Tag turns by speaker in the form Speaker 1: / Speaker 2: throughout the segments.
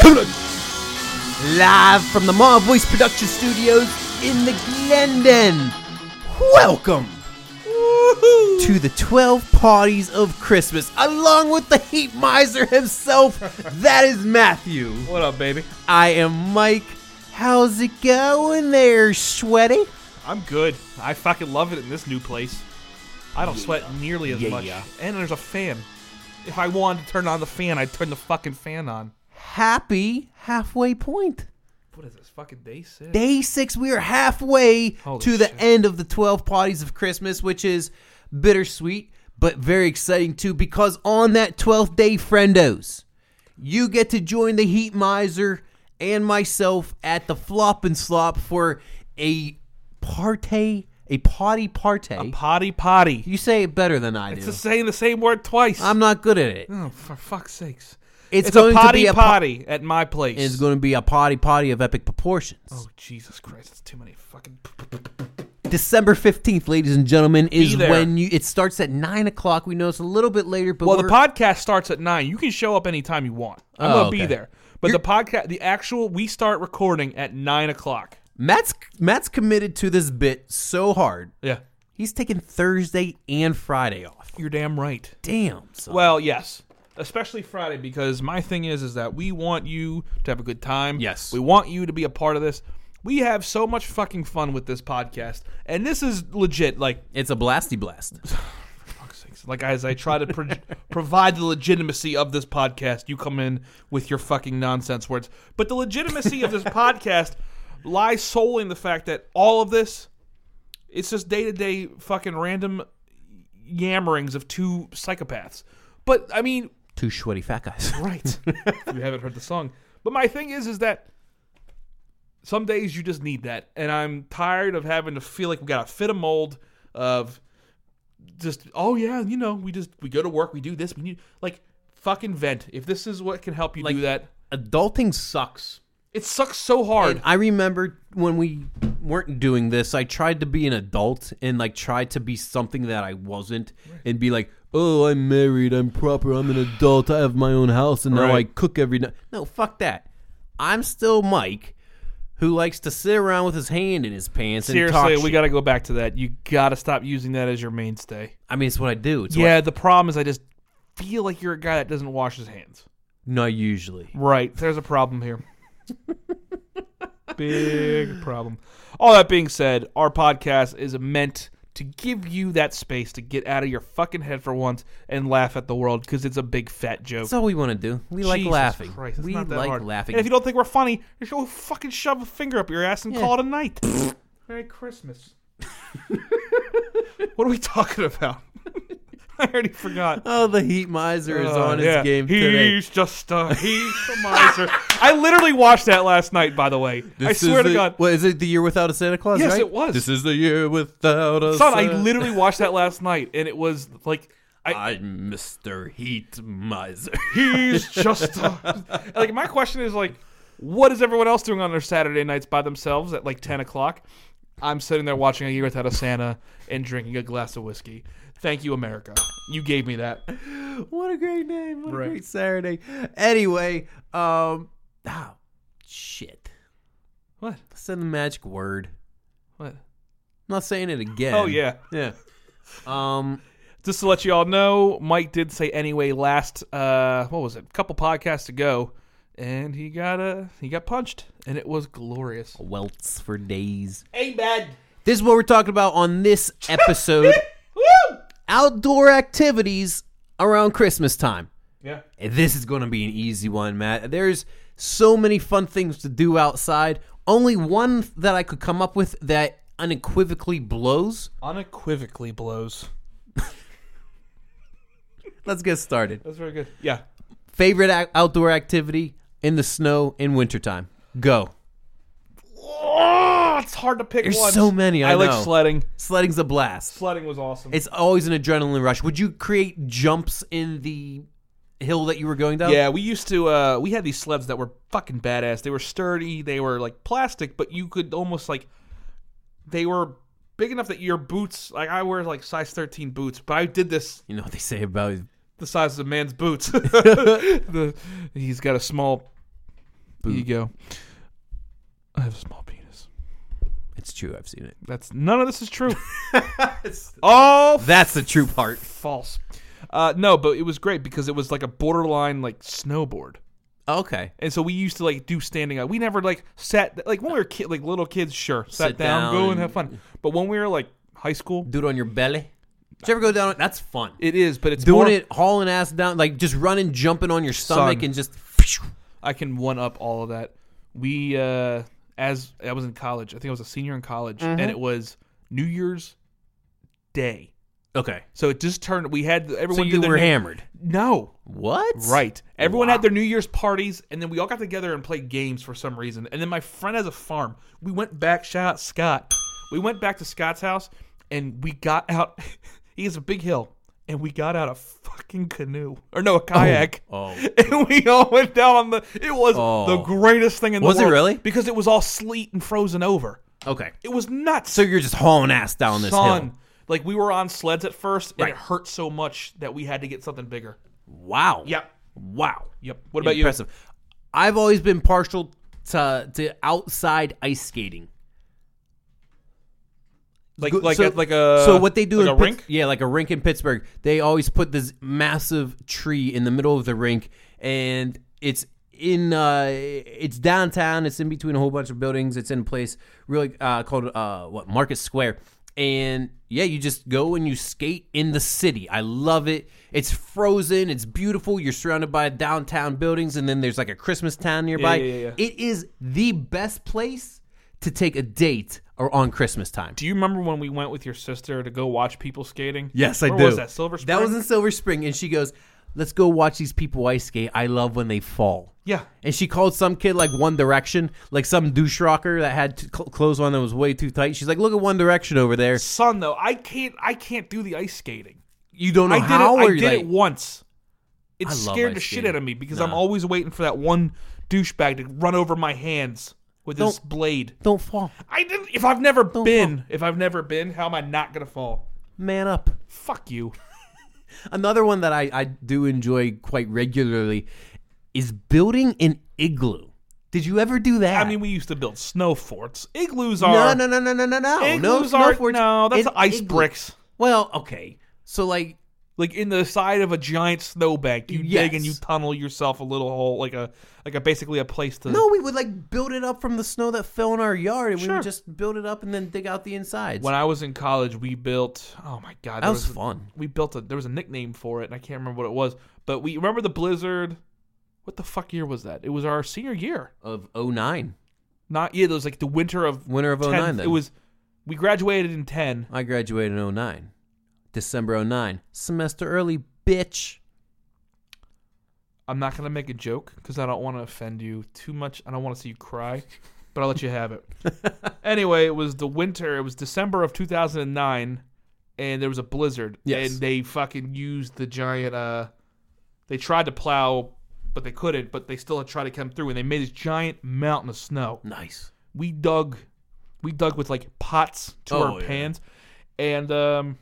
Speaker 1: Tuna. Live from the Mall Voice Production Studios in the Glendon. Welcome to the 12 Parties of Christmas, along with the Heat Miser himself. that is Matthew.
Speaker 2: What up, baby?
Speaker 1: I am Mike. How's it going there, sweaty?
Speaker 2: I'm good. I fucking love it in this new place. I don't sweat nearly as
Speaker 1: Yeah,
Speaker 2: much.
Speaker 1: yeah.
Speaker 2: And there's a fan. If I wanted to turn on the fan, I'd turn the fucking fan on.
Speaker 1: Happy halfway point.
Speaker 2: What is this fucking day six?
Speaker 1: day six. We are halfway
Speaker 2: Holy
Speaker 1: to the
Speaker 2: shit.
Speaker 1: end of the 12 parties of Christmas, which is bittersweet, but very exciting too, because on that 12th day, friendos, you get to join the Heat Miser and myself at the Flop and Slop for a party, a potty party.
Speaker 2: Potty potty.
Speaker 1: you say it better than I do.
Speaker 2: It's the saying the same word twice.
Speaker 1: I'm not good at it.
Speaker 2: oh, for fuck's sakes.
Speaker 1: It's,
Speaker 2: It's
Speaker 1: going
Speaker 2: a potty
Speaker 1: to be a po-
Speaker 2: potty at my place.
Speaker 1: It's going to be a potty potty of epic proportions.
Speaker 2: oh, Jesus Christ. It's too many fucking.
Speaker 1: December 15th, ladies and gentlemen, is
Speaker 2: there.
Speaker 1: when you it starts at 9 o'clock. We know it's a little bit later, but
Speaker 2: Well, the
Speaker 1: we're-
Speaker 2: podcast starts at 9. You can show up anytime you want. I'm
Speaker 1: Oh,
Speaker 2: going to
Speaker 1: okay.
Speaker 2: be there. But the podcast, the actual, we start recording at 9 o'clock.
Speaker 1: Matt's, Matt's committed to this bit so hard.
Speaker 2: Yeah.
Speaker 1: He's taking Thursday and Friday off.
Speaker 2: You're damn right.
Speaker 1: Damn. son.
Speaker 2: Well, yes, especially Friday because my thing is is that we want you to have a good time.
Speaker 1: Yes.
Speaker 2: we want you to be a part of this. We have so much fucking fun with this podcast, and this is legit. Like,
Speaker 1: it's a blasty blast.
Speaker 2: fuck's sakes, like as I try to pro- provide the legitimacy of this podcast, you come in with your fucking nonsense words. But the legitimacy of this podcast lies solely in the fact that all of this, it's just day to day fucking random yammerings of two psychopaths. But I mean,
Speaker 1: Two sweaty fat guys.
Speaker 2: Right. If you haven't heard the song. But my thing is, is that some days you just need that, and I'm tired of having to feel like we got to fit a mold of just oh yeah, you know, we just we go to work, we do this, we need like fucking vent. If this is what can help you do that,
Speaker 1: Adulting sucks.
Speaker 2: it sucks so hard.
Speaker 1: I remember when we weren't doing this, I tried to be an adult and like tried to be something that I wasn't and be like, "Oh, I'm married, I'm proper, I'm an adult, I have my own house and now I
Speaker 2: Right.
Speaker 1: cook every night." No, fuck that. I'm still Mike who likes to sit around with his hand in his pants and
Speaker 2: Seriously,
Speaker 1: talk
Speaker 2: we
Speaker 1: shit.
Speaker 2: got to go back to that. You got to stop using that as your mainstay.
Speaker 1: I mean, it's what I do. It's what
Speaker 2: yeah, the problem is I just feel like you're a guy that doesn't wash his hands.
Speaker 1: not usually.
Speaker 2: Right. There's a problem here. Big problem. All that being said, our podcast is meant to give you that space to get out of your fucking head for once and laugh at the world because it's a big fat joke.
Speaker 1: That's all we want to do. We like
Speaker 2: Jesus
Speaker 1: laughing.
Speaker 2: Christ, it's
Speaker 1: we
Speaker 2: not that
Speaker 1: like
Speaker 2: hard.
Speaker 1: laughing.
Speaker 2: And if you don't think we're funny, just go fucking shove a finger up your ass and call it a night. Merry Christmas. what are we talking about? I already forgot.
Speaker 1: oh, the heat miser is
Speaker 2: Oh,
Speaker 1: on his
Speaker 2: yeah.
Speaker 1: game
Speaker 2: he's
Speaker 1: today.
Speaker 2: just a he's a miser. I literally watched that last night. By the way, I
Speaker 1: This is
Speaker 2: swear to
Speaker 1: the-
Speaker 2: God,
Speaker 1: What is it? The year without a Santa Claus?
Speaker 2: Yes,
Speaker 1: right?
Speaker 2: it was.
Speaker 1: This is the year without a.
Speaker 2: son, I
Speaker 1: Santa-
Speaker 2: literally watched that last night, and it was like I,
Speaker 1: I'm Mr. Heat Miser.
Speaker 2: he's just a, like. My question is like, what is everyone else doing on their Saturday nights by themselves at like ten o'clock? I'm sitting there watching A Year Without a Santa and drinking a glass of whiskey. Thank you, America. You gave me that.
Speaker 1: what a great name! What
Speaker 2: Right.
Speaker 1: a great Saturday. Anyway, um, oh, shit.
Speaker 2: What?
Speaker 1: I said the magic word.
Speaker 2: What?
Speaker 1: I'm not saying it again.
Speaker 2: Oh yeah.
Speaker 1: yeah. Um,
Speaker 2: just to let you all know, Mike did say anyway last uh what was it? couple podcasts ago and he got uh he got punched and it was glorious.
Speaker 1: welts for days.
Speaker 2: Amen.
Speaker 1: This is what we're talking about on this episode:
Speaker 2: Woo!
Speaker 1: outdoor activities around Christmas time.
Speaker 2: Yeah.
Speaker 1: And This is going to be an easy one, Matt. There's so many fun things to do outside. Only one that I could come up with that unequivocally blows.
Speaker 2: Unequivocally blows.
Speaker 1: Let's get started.
Speaker 2: That's very good. Yeah.
Speaker 1: Favorite ac- outdoor activity in the snow in wintertime? Go.
Speaker 2: Oh, it's hard to pick
Speaker 1: There's
Speaker 2: one.
Speaker 1: so many, I know.
Speaker 2: like sledding.
Speaker 1: Sledding's a blast.
Speaker 2: Sledding was awesome.
Speaker 1: It's always an adrenaline rush. Would you create jumps in the hill that you were going down?
Speaker 2: yeah, we used to uh we had these sleds that were fucking badass. They were sturdy, they were like plastic, but you could almost like they were big enough that your boots like I wear like size 13 boots, but I did this
Speaker 1: You know what they say about
Speaker 2: the size of a man's boots. The- he's got a small
Speaker 1: Boot.
Speaker 2: ego. I have a small penis.
Speaker 1: It's true. I've seen it.
Speaker 2: That's none of this is true. All
Speaker 1: That's the true part.
Speaker 2: false. Uh, no, but it was great because it was like a borderline like snowboard.
Speaker 1: Okay.
Speaker 2: And so we used to like do standing up. We never like sat like when we were kid, like little kids. Sure, sat
Speaker 1: Sit
Speaker 2: down,
Speaker 1: down
Speaker 2: go and have fun. But when we were like high school,
Speaker 1: Do it on your belly. Did you ever go down? That's fun.
Speaker 2: it is. But it's
Speaker 1: Doing
Speaker 2: more,
Speaker 1: it, hauling ass down, like just running, jumping on your stomach,
Speaker 2: Son.
Speaker 1: and just.
Speaker 2: I can one up all of that. We uh as I was in college. I think I was a senior in college,
Speaker 1: Mm-hmm.
Speaker 2: and it was New Year's Day.
Speaker 1: Okay.
Speaker 2: So it just turned. We had
Speaker 1: So
Speaker 2: everyone.
Speaker 1: you
Speaker 2: did their
Speaker 1: were
Speaker 2: new-
Speaker 1: hammered.
Speaker 2: No,
Speaker 1: What?
Speaker 2: Right. Everyone
Speaker 1: Wow.
Speaker 2: had their New Year's parties, and then we all got together and played games for some reason. And then my friend has a farm. We went back. Shout out Scott. We went back to Scott's house, and we got out. he has a big hill, and we got out a fucking canoe or no, a kayak.
Speaker 1: Oh.
Speaker 2: And we all went down on the. It was
Speaker 1: Oh.
Speaker 2: the greatest thing in
Speaker 1: Was
Speaker 2: the
Speaker 1: it
Speaker 2: world.
Speaker 1: really?
Speaker 2: Because it was all sleet and frozen over.
Speaker 1: Okay.
Speaker 2: It was nuts.
Speaker 1: So you're just hauling ass down this
Speaker 2: Son,
Speaker 1: hill.
Speaker 2: Like we were on sleds at first, and
Speaker 1: Right.
Speaker 2: it hurt so much that we had to get something bigger.
Speaker 1: Wow.
Speaker 2: Yep.
Speaker 1: Wow.
Speaker 2: Yep. What about you?
Speaker 1: Impressive. I've always been partial to to outside ice skating.
Speaker 2: like
Speaker 1: Go-
Speaker 2: like
Speaker 1: so-
Speaker 2: a, like a
Speaker 1: so what they do
Speaker 2: like
Speaker 1: in
Speaker 2: a
Speaker 1: Pitts-
Speaker 2: rink.
Speaker 1: yeah, like a rink in Pittsburgh. They always put this massive tree in the middle of the rink, and it's in uh, it's downtown. It's in between a whole bunch of buildings. It's in a place really uh, called uh, what Market Square, and yeah, you just go and you skate in the city. I love it. It's frozen. It's beautiful. You're surrounded by downtown buildings, and then there's like a Christmas town nearby.
Speaker 2: yeah, yeah.
Speaker 1: It is the best place to take a date or on Christmas time.
Speaker 2: Do you remember when we went with your sister to go watch people skating?
Speaker 1: Yes, I
Speaker 2: Where
Speaker 1: do.
Speaker 2: Was that Silver Spring?
Speaker 1: That was in Silver Spring, and she goes, "Let's go watch these people ice skate. I love when they fall."
Speaker 2: yeah.
Speaker 1: And she called some kid like One Direction, like some douche rocker that had t- cl- clothes on that was way too tight. She's like, "Look at One Direction over there.
Speaker 2: Son, though, I can't. I can't do the ice skating.
Speaker 1: You don't know
Speaker 2: I did
Speaker 1: how."
Speaker 2: it. I
Speaker 1: or
Speaker 2: did
Speaker 1: like,
Speaker 2: it once. It
Speaker 1: I love
Speaker 2: scared
Speaker 1: ice
Speaker 2: the shit
Speaker 1: skating.
Speaker 2: out of me because I'm always waiting for that one douchebag to run over my hands with his blade.
Speaker 1: Don't fall.
Speaker 2: I didn't. If I've never been, if I've never been, how am I not gonna fall?
Speaker 1: Man up.
Speaker 2: Fuck you.
Speaker 1: Another one that I, I do enjoy quite regularly is building an igloo. Did you ever do that?
Speaker 2: I mean, we used to build snow forts. Igloos
Speaker 1: no,
Speaker 2: are
Speaker 1: no, no, no, no, no, no. No,
Speaker 2: igloos are
Speaker 1: snowboards.
Speaker 2: no. That's
Speaker 1: An
Speaker 2: ice
Speaker 1: igloo.
Speaker 2: bricks.
Speaker 1: Well, okay. So like
Speaker 2: like in the side of a giant snowbank. You dig and you
Speaker 1: Yes.
Speaker 2: tunnel yourself a little hole, like a like a basically a place to.
Speaker 1: No, we would like build it up from the snow that fell in our yard, and we
Speaker 2: Sure.
Speaker 1: would just build it up and then dig out the insides.
Speaker 2: When I was in college, we built. Oh my god,
Speaker 1: that
Speaker 2: there
Speaker 1: was
Speaker 2: a-
Speaker 1: fun.
Speaker 2: We built a. There was a nickname for it, and I can't remember what it was. But we remember the blizzard. What the fuck year was that? It was our senior year.
Speaker 1: Of 09,
Speaker 2: Not yeah, it was like the winter of
Speaker 1: winter of 09.
Speaker 2: 10.
Speaker 1: Then
Speaker 2: It was. We graduated in ten.
Speaker 1: I graduated in 09, December 09, semester early, bitch.
Speaker 2: I'm not gonna make a joke because I don't want to offend you too much. I don't want to see you cry, but I'll let you have it. anyway, it was the winter. It was December of 2009, and there was a blizzard.
Speaker 1: Yes.
Speaker 2: And they fucking used the giant. Uh, they tried to plow, but they couldn't. But they still had tried to come through, and they made this giant mountain of snow.
Speaker 1: Nice.
Speaker 2: We dug, we dug with like pots to
Speaker 1: Oh,
Speaker 2: our
Speaker 1: yeah.
Speaker 2: pans, and um,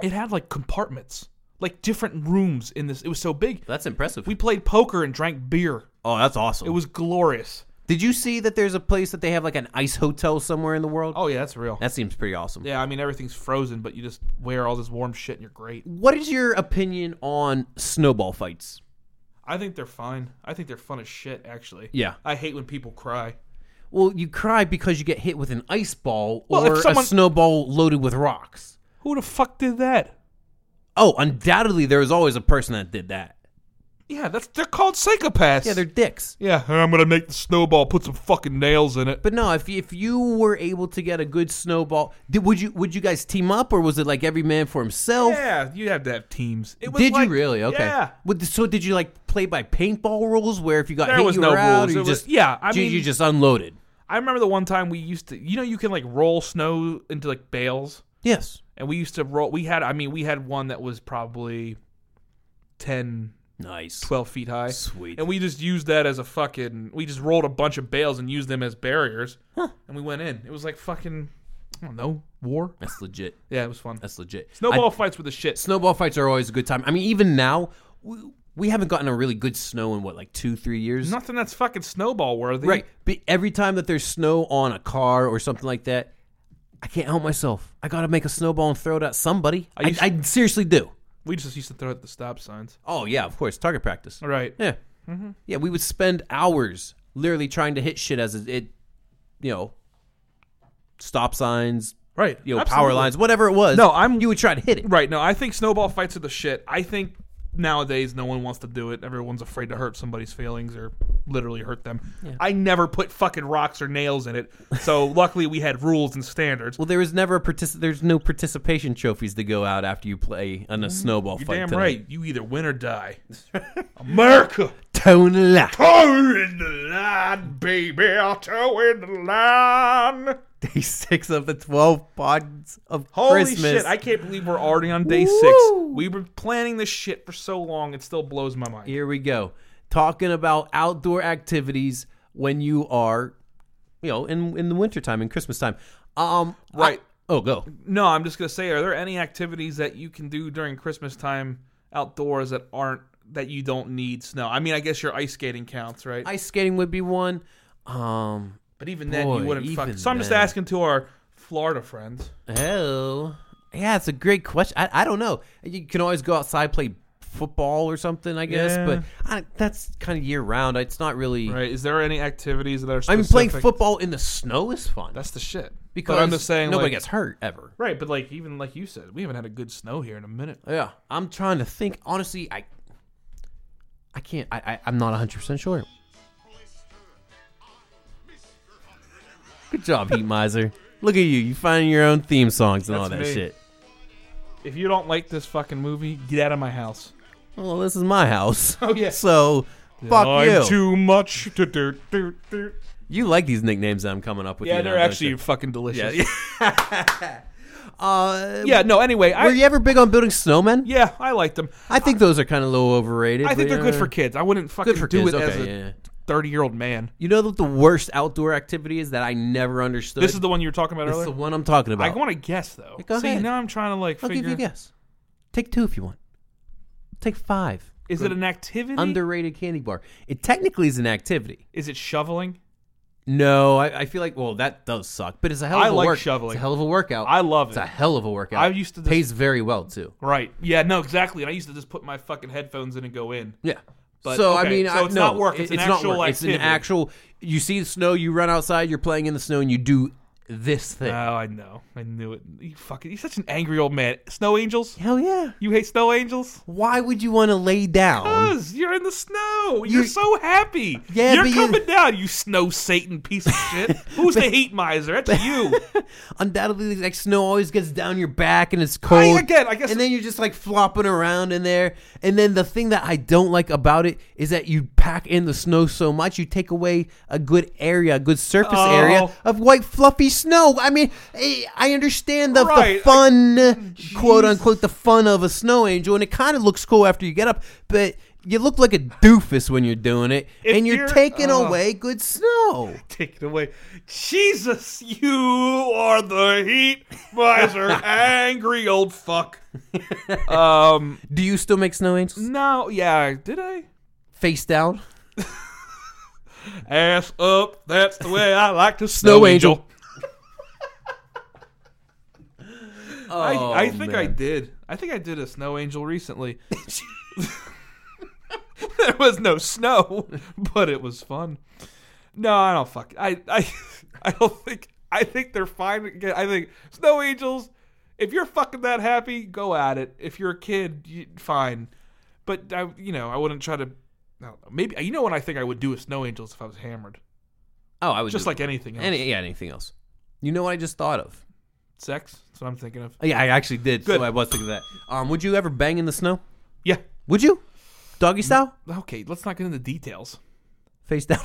Speaker 2: it had like compartments, like different rooms in this. It was so big.
Speaker 1: That's impressive.
Speaker 2: We played poker and drank beer.
Speaker 1: oh, that's awesome.
Speaker 2: It was glorious.
Speaker 1: Did you see that there's a place that they have like an ice hotel somewhere in the world?
Speaker 2: Oh yeah, that's real.
Speaker 1: That seems pretty awesome.
Speaker 2: Yeah, I mean everything's frozen, but you just wear all this warm shit and you're great.
Speaker 1: What is your opinion on snowball fights?
Speaker 2: I think they're fine. I think they're fun as shit actually.
Speaker 1: Yeah.
Speaker 2: I hate when people cry.
Speaker 1: Well, you cry because you get hit with an ice ball
Speaker 2: Well, if
Speaker 1: or
Speaker 2: someone-
Speaker 1: a snowball loaded with rocks.
Speaker 2: Who the fuck did that?
Speaker 1: Oh, undoubtedly, there was always a person that did that.
Speaker 2: Yeah, that's they're called psychopaths.
Speaker 1: Yeah, they're dicks.
Speaker 2: Yeah, I'm gonna make the snowball put some fucking nails in it.
Speaker 1: But no, if if you were able to get a good snowball, did, would you would you guys team up or was it like every man for himself?
Speaker 2: yeah, you have to have teams. It was
Speaker 1: Did
Speaker 2: like-
Speaker 1: you really? Okay.
Speaker 2: Yeah.
Speaker 1: Would- so did you like play by paintball rules where if you got
Speaker 2: There
Speaker 1: hit
Speaker 2: was
Speaker 1: you
Speaker 2: no
Speaker 1: were out
Speaker 2: rules.
Speaker 1: or you
Speaker 2: It was-
Speaker 1: just
Speaker 2: yeah, I
Speaker 1: you,
Speaker 2: mean-
Speaker 1: you just unloaded?
Speaker 2: I remember the one time we used to you know you can like roll snow into like bales.
Speaker 1: Yes.
Speaker 2: and we used to roll we had i mean we had one that was probably 10
Speaker 1: Nice.
Speaker 2: 12 feet high
Speaker 1: Sweet.
Speaker 2: and we just used that as a fucking we just rolled a bunch of bales and used them as barriers and we went in it was like fucking I don't know. War?
Speaker 1: That's legit.
Speaker 2: Yeah, it was fun.
Speaker 1: That's legit.
Speaker 2: Snowball fights were the shit.
Speaker 1: snowball fights are always a good time. I mean, even now, we, we haven't gotten a really good snow in what like two, three years.
Speaker 2: Nothing that's fucking snowball worthy.
Speaker 1: Right. But every time that there's snow on a car or something like that, I can't help myself. I gotta make a snowball and throw it at somebody. I,
Speaker 2: used-
Speaker 1: I, seriously do.
Speaker 2: We just used to throw it at the stop signs.
Speaker 1: Oh yeah, of course. Target practice.
Speaker 2: All right.
Speaker 1: Yeah. Yeah, we would spend hours literally trying to hit shit as it, it you know, stop signs,
Speaker 2: Right.
Speaker 1: you know, power
Speaker 2: Absolutely.
Speaker 1: lines, whatever it was.
Speaker 2: No, I'm-
Speaker 1: You would try to hit it.
Speaker 2: Right. No, I think snowball fights are the shit. I think nowadays no one wants to do it. Everyone's afraid to hurt somebody's feelings or literally hurt them. I never put fucking rocks or nails in it. So luckily we had rules and standards.
Speaker 1: Well, there was never a partic- There's no participation trophies to go out after you play on a snowball
Speaker 2: You're
Speaker 1: fight.
Speaker 2: damn
Speaker 1: tonight.
Speaker 2: right. You either win or die. America,
Speaker 1: Tone it out.
Speaker 2: toe in the line, baby. I'll toe in the line.
Speaker 1: Day six of the twelve pods of
Speaker 2: Holy
Speaker 1: Christmas.
Speaker 2: shit! I can't believe we're already on day
Speaker 1: Woo!
Speaker 2: six. We've been planning this shit for so long. It still blows my mind.
Speaker 1: Here we go. Talking about outdoor activities when you are, you know, in in the wintertime, in Christmas time. Um, I-
Speaker 2: Right.
Speaker 1: oh, go.
Speaker 2: No, I'm just gonna say, are there any activities that you can do during Christmas time outdoors that aren't that you don't need snow? I mean, I guess your ice skating counts, right?
Speaker 1: Ice skating would be one. Um,
Speaker 2: but even then,
Speaker 1: Boy,
Speaker 2: you wouldn't fuck.
Speaker 1: even
Speaker 2: So I'm just
Speaker 1: then.
Speaker 2: asking to our Florida friends.
Speaker 1: oh, yeah, it's a great question. I, I don't know. You can always go outside play football or something, I guess.
Speaker 2: Yeah.
Speaker 1: But I, that's kind of year round. It's not really.
Speaker 2: Right? Is there any activities that are?
Speaker 1: I
Speaker 2: Specific?
Speaker 1: mean, playing football in the snow is fun
Speaker 2: That's the shit.
Speaker 1: because
Speaker 2: But I'm just saying,
Speaker 1: nobody
Speaker 2: like,
Speaker 1: gets hurt ever.
Speaker 2: right? But like, even like you said, we haven't had a good snow here in a minute.
Speaker 1: Yeah, I'm trying to think. Honestly, I, I can't. I, I I'm not 100 percent sure. Good job, Heat Miser. Look at you. You finding your own theme songs and all that
Speaker 2: That's me.
Speaker 1: shit.
Speaker 2: If you don't like this fucking movie, get out of my house.
Speaker 1: Well, this is my house.
Speaker 2: Oh, yeah.
Speaker 1: So, fuck
Speaker 2: I'm
Speaker 1: you.
Speaker 2: Too much. Do, do, do, do.
Speaker 1: you like these nicknames that I'm coming up with?
Speaker 2: Yeah,
Speaker 1: you now,
Speaker 2: they're
Speaker 1: don't
Speaker 2: actually
Speaker 1: you?
Speaker 2: fucking delicious.
Speaker 1: Yeah. Uh,
Speaker 2: Yeah, no. Anyway, I
Speaker 1: Were you ever big on building snowmen?
Speaker 2: yeah, I liked them.
Speaker 1: I think those are kind of low overrated.
Speaker 2: I
Speaker 1: but,
Speaker 2: think they're good
Speaker 1: uh,
Speaker 2: for kids. I wouldn't fucking
Speaker 1: good for
Speaker 2: do
Speaker 1: kids.
Speaker 2: it
Speaker 1: okay,
Speaker 2: as
Speaker 1: yeah.
Speaker 2: a thirty-year-old man.
Speaker 1: You know what the worst outdoor activity is that I never understood.
Speaker 2: This is the one you were talking about
Speaker 1: It's
Speaker 2: earlier.
Speaker 1: the one I'm talking
Speaker 2: I
Speaker 1: about.
Speaker 2: want to guess though.
Speaker 1: Go
Speaker 2: See,
Speaker 1: ahead.
Speaker 2: now I'm trying to like
Speaker 1: I'll give
Speaker 2: figure.
Speaker 1: you a guess. Take two if you want. Take five.
Speaker 2: Is it an activity?
Speaker 1: Underrated candy bar. It technically is an activity.
Speaker 2: Is it shoveling?
Speaker 1: No, I, I feel like well that does suck, but it's a hell
Speaker 2: I
Speaker 1: of a
Speaker 2: like
Speaker 1: work.
Speaker 2: shoveling.
Speaker 1: It's a hell of a workout.
Speaker 2: I love
Speaker 1: it's a
Speaker 2: it.
Speaker 1: hell of a workout.
Speaker 2: I used to just-
Speaker 1: pays very well too.
Speaker 2: Right. Yeah. No. Exactly. And I used to just put my fucking headphones in and go in.
Speaker 1: Yeah.
Speaker 2: But,
Speaker 1: so I
Speaker 2: okay,
Speaker 1: mean,
Speaker 2: so
Speaker 1: I,
Speaker 2: it's
Speaker 1: no,
Speaker 2: not work,
Speaker 1: it-
Speaker 2: it's an
Speaker 1: not
Speaker 2: actual
Speaker 1: work. It's an
Speaker 2: activity.
Speaker 1: actual. You see the snow. You run outside. You're playing in the snow, and you do this
Speaker 2: Oh,
Speaker 1: thing.
Speaker 2: I know. I knew it. You fucking. You're such an angry old man. Snow angels.
Speaker 1: hell yeah!
Speaker 2: You hate snow angels?
Speaker 1: Why would you want to lay down?
Speaker 2: Because you're in the snow. You're, so happy.
Speaker 1: Yeah,
Speaker 2: you're
Speaker 1: but you-
Speaker 2: coming down, you snow Satan piece of shit. Who's the heat miser? That's you.
Speaker 1: undoubtedly like snow always gets down your back and it's cold.
Speaker 2: I get- I guess-
Speaker 1: And then you're just like flopping around in there. And then the thing that I don't like about it is that you pack in the snow so much, you take away a good area, a good surface
Speaker 2: Oh.
Speaker 1: area of white fluffy snow. I mean, I I understand the, the
Speaker 2: Right, I-
Speaker 1: fun, quote unquote, the fun of a snow angel, and it kind of looks cool after you get up, but. You look like a doofus when you're doing it,
Speaker 2: If
Speaker 1: and you're,
Speaker 2: you're-
Speaker 1: taking
Speaker 2: oh.
Speaker 1: away good snow.
Speaker 2: Take it away. Jesus, you are the heat miser, angry old fuck. um,
Speaker 1: Do you still make snow angels
Speaker 2: no, yeah, did I?
Speaker 1: face down?
Speaker 2: Ass up, that's the way I like to snow,
Speaker 1: Snow angel. Oh,
Speaker 2: I, I think I
Speaker 1: man.
Speaker 2: did. I think I did a snow angel recently. there was no snow, but it was fun. No, I don't fuck. I I I don't think. I think they're fine. Again, I think snow angels. If you're fucking that happy, go at it. If you're a kid, you, fine. But I, you know, I wouldn't try to. I don't know. Maybe you know what I think I would do with snow angels if I was hammered.
Speaker 1: Oh, I would
Speaker 2: Just
Speaker 1: do
Speaker 2: like anything else.
Speaker 1: Any, yeah, anything else? You know what I just thought of?
Speaker 2: Sex. That's what I'm thinking of.
Speaker 1: Yeah, I actually did.
Speaker 2: Good.
Speaker 1: So I was thinking of that. Um, would you ever bang in the snow?
Speaker 2: Yeah.
Speaker 1: Would you? Doggy style,
Speaker 2: Okay. Let's not get into details.
Speaker 1: face down.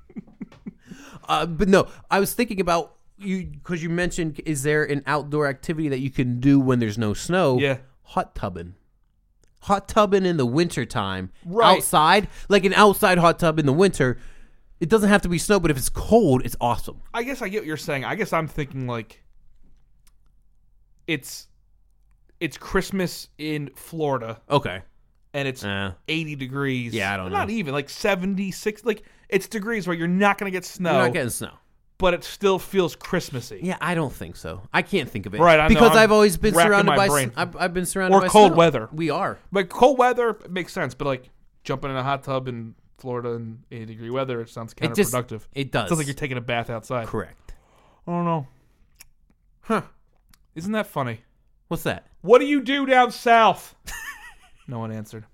Speaker 1: uh, but no, I was thinking about you because you mentioned is there an outdoor activity that you can do when there's no snow?
Speaker 2: Yeah.
Speaker 1: hot tubbing. Hot tubbing in the wintertime,
Speaker 2: Right.
Speaker 1: outside, like an outside hot tub in the winter, It doesn't have to be snow, but if it's cold, it's awesome.
Speaker 2: I guess I get what you're saying. I guess I'm thinking like it's it's Christmas in Florida
Speaker 1: Okay.
Speaker 2: and it's
Speaker 1: Uh,
Speaker 2: 80 degrees.
Speaker 1: Yeah, I don't
Speaker 2: Not
Speaker 1: know.
Speaker 2: even like 76 like it's degrees where you're not going to get
Speaker 1: You're
Speaker 2: snow,
Speaker 1: not getting snow.
Speaker 2: but it still feels Christmassy.
Speaker 1: Yeah, I don't think so. I can't think of it.
Speaker 2: Right, I know.
Speaker 1: because
Speaker 2: I'm
Speaker 1: I've always been
Speaker 2: racking
Speaker 1: surrounded
Speaker 2: my
Speaker 1: by.
Speaker 2: brain.
Speaker 1: s- I've, I've been surrounded
Speaker 2: Or
Speaker 1: by
Speaker 2: cold
Speaker 1: snow.
Speaker 2: weather.
Speaker 1: We are.
Speaker 2: Like cold weather it makes sense, but like jumping in a hot tub in Florida in 80 degree weather it sounds
Speaker 1: It just-
Speaker 2: counterproductive.
Speaker 1: It does.
Speaker 2: sounds like you're taking a bath outside.
Speaker 1: correct.
Speaker 2: I don't know.
Speaker 1: Huh?
Speaker 2: Isn't that funny?
Speaker 1: What's that?
Speaker 2: What do you do down south? no one answered.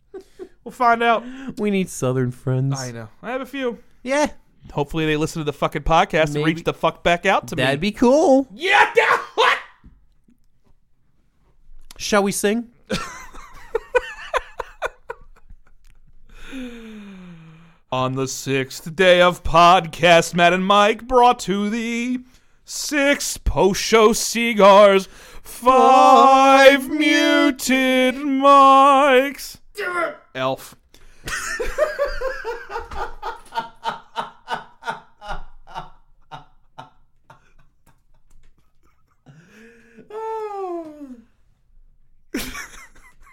Speaker 2: We'll find out.
Speaker 1: We need Southern friends.
Speaker 2: I know. I have a few.
Speaker 1: yeah,
Speaker 2: Hopefully they listen to the fucking podcast and
Speaker 1: Maybe-
Speaker 2: reach the fuck back out to
Speaker 1: that'd
Speaker 2: me.
Speaker 1: be cool.
Speaker 2: yeah, that- what?
Speaker 1: Shall we sing?
Speaker 2: On the sixth day of podcast, Matt and Mike brought to thee six post-show cigars, five muted mics. Elf.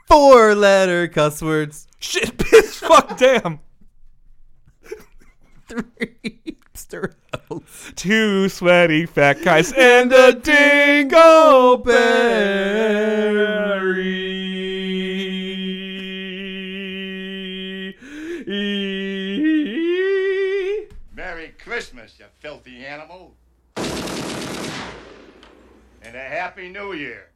Speaker 1: Four letter cuss words.
Speaker 2: Shit, piss, fuck, damn.
Speaker 1: Three hipster hoes.
Speaker 2: Two sweaty fat guys and a dingleberry.
Speaker 3: Merry Christmas, you filthy animal. And a Happy New Year.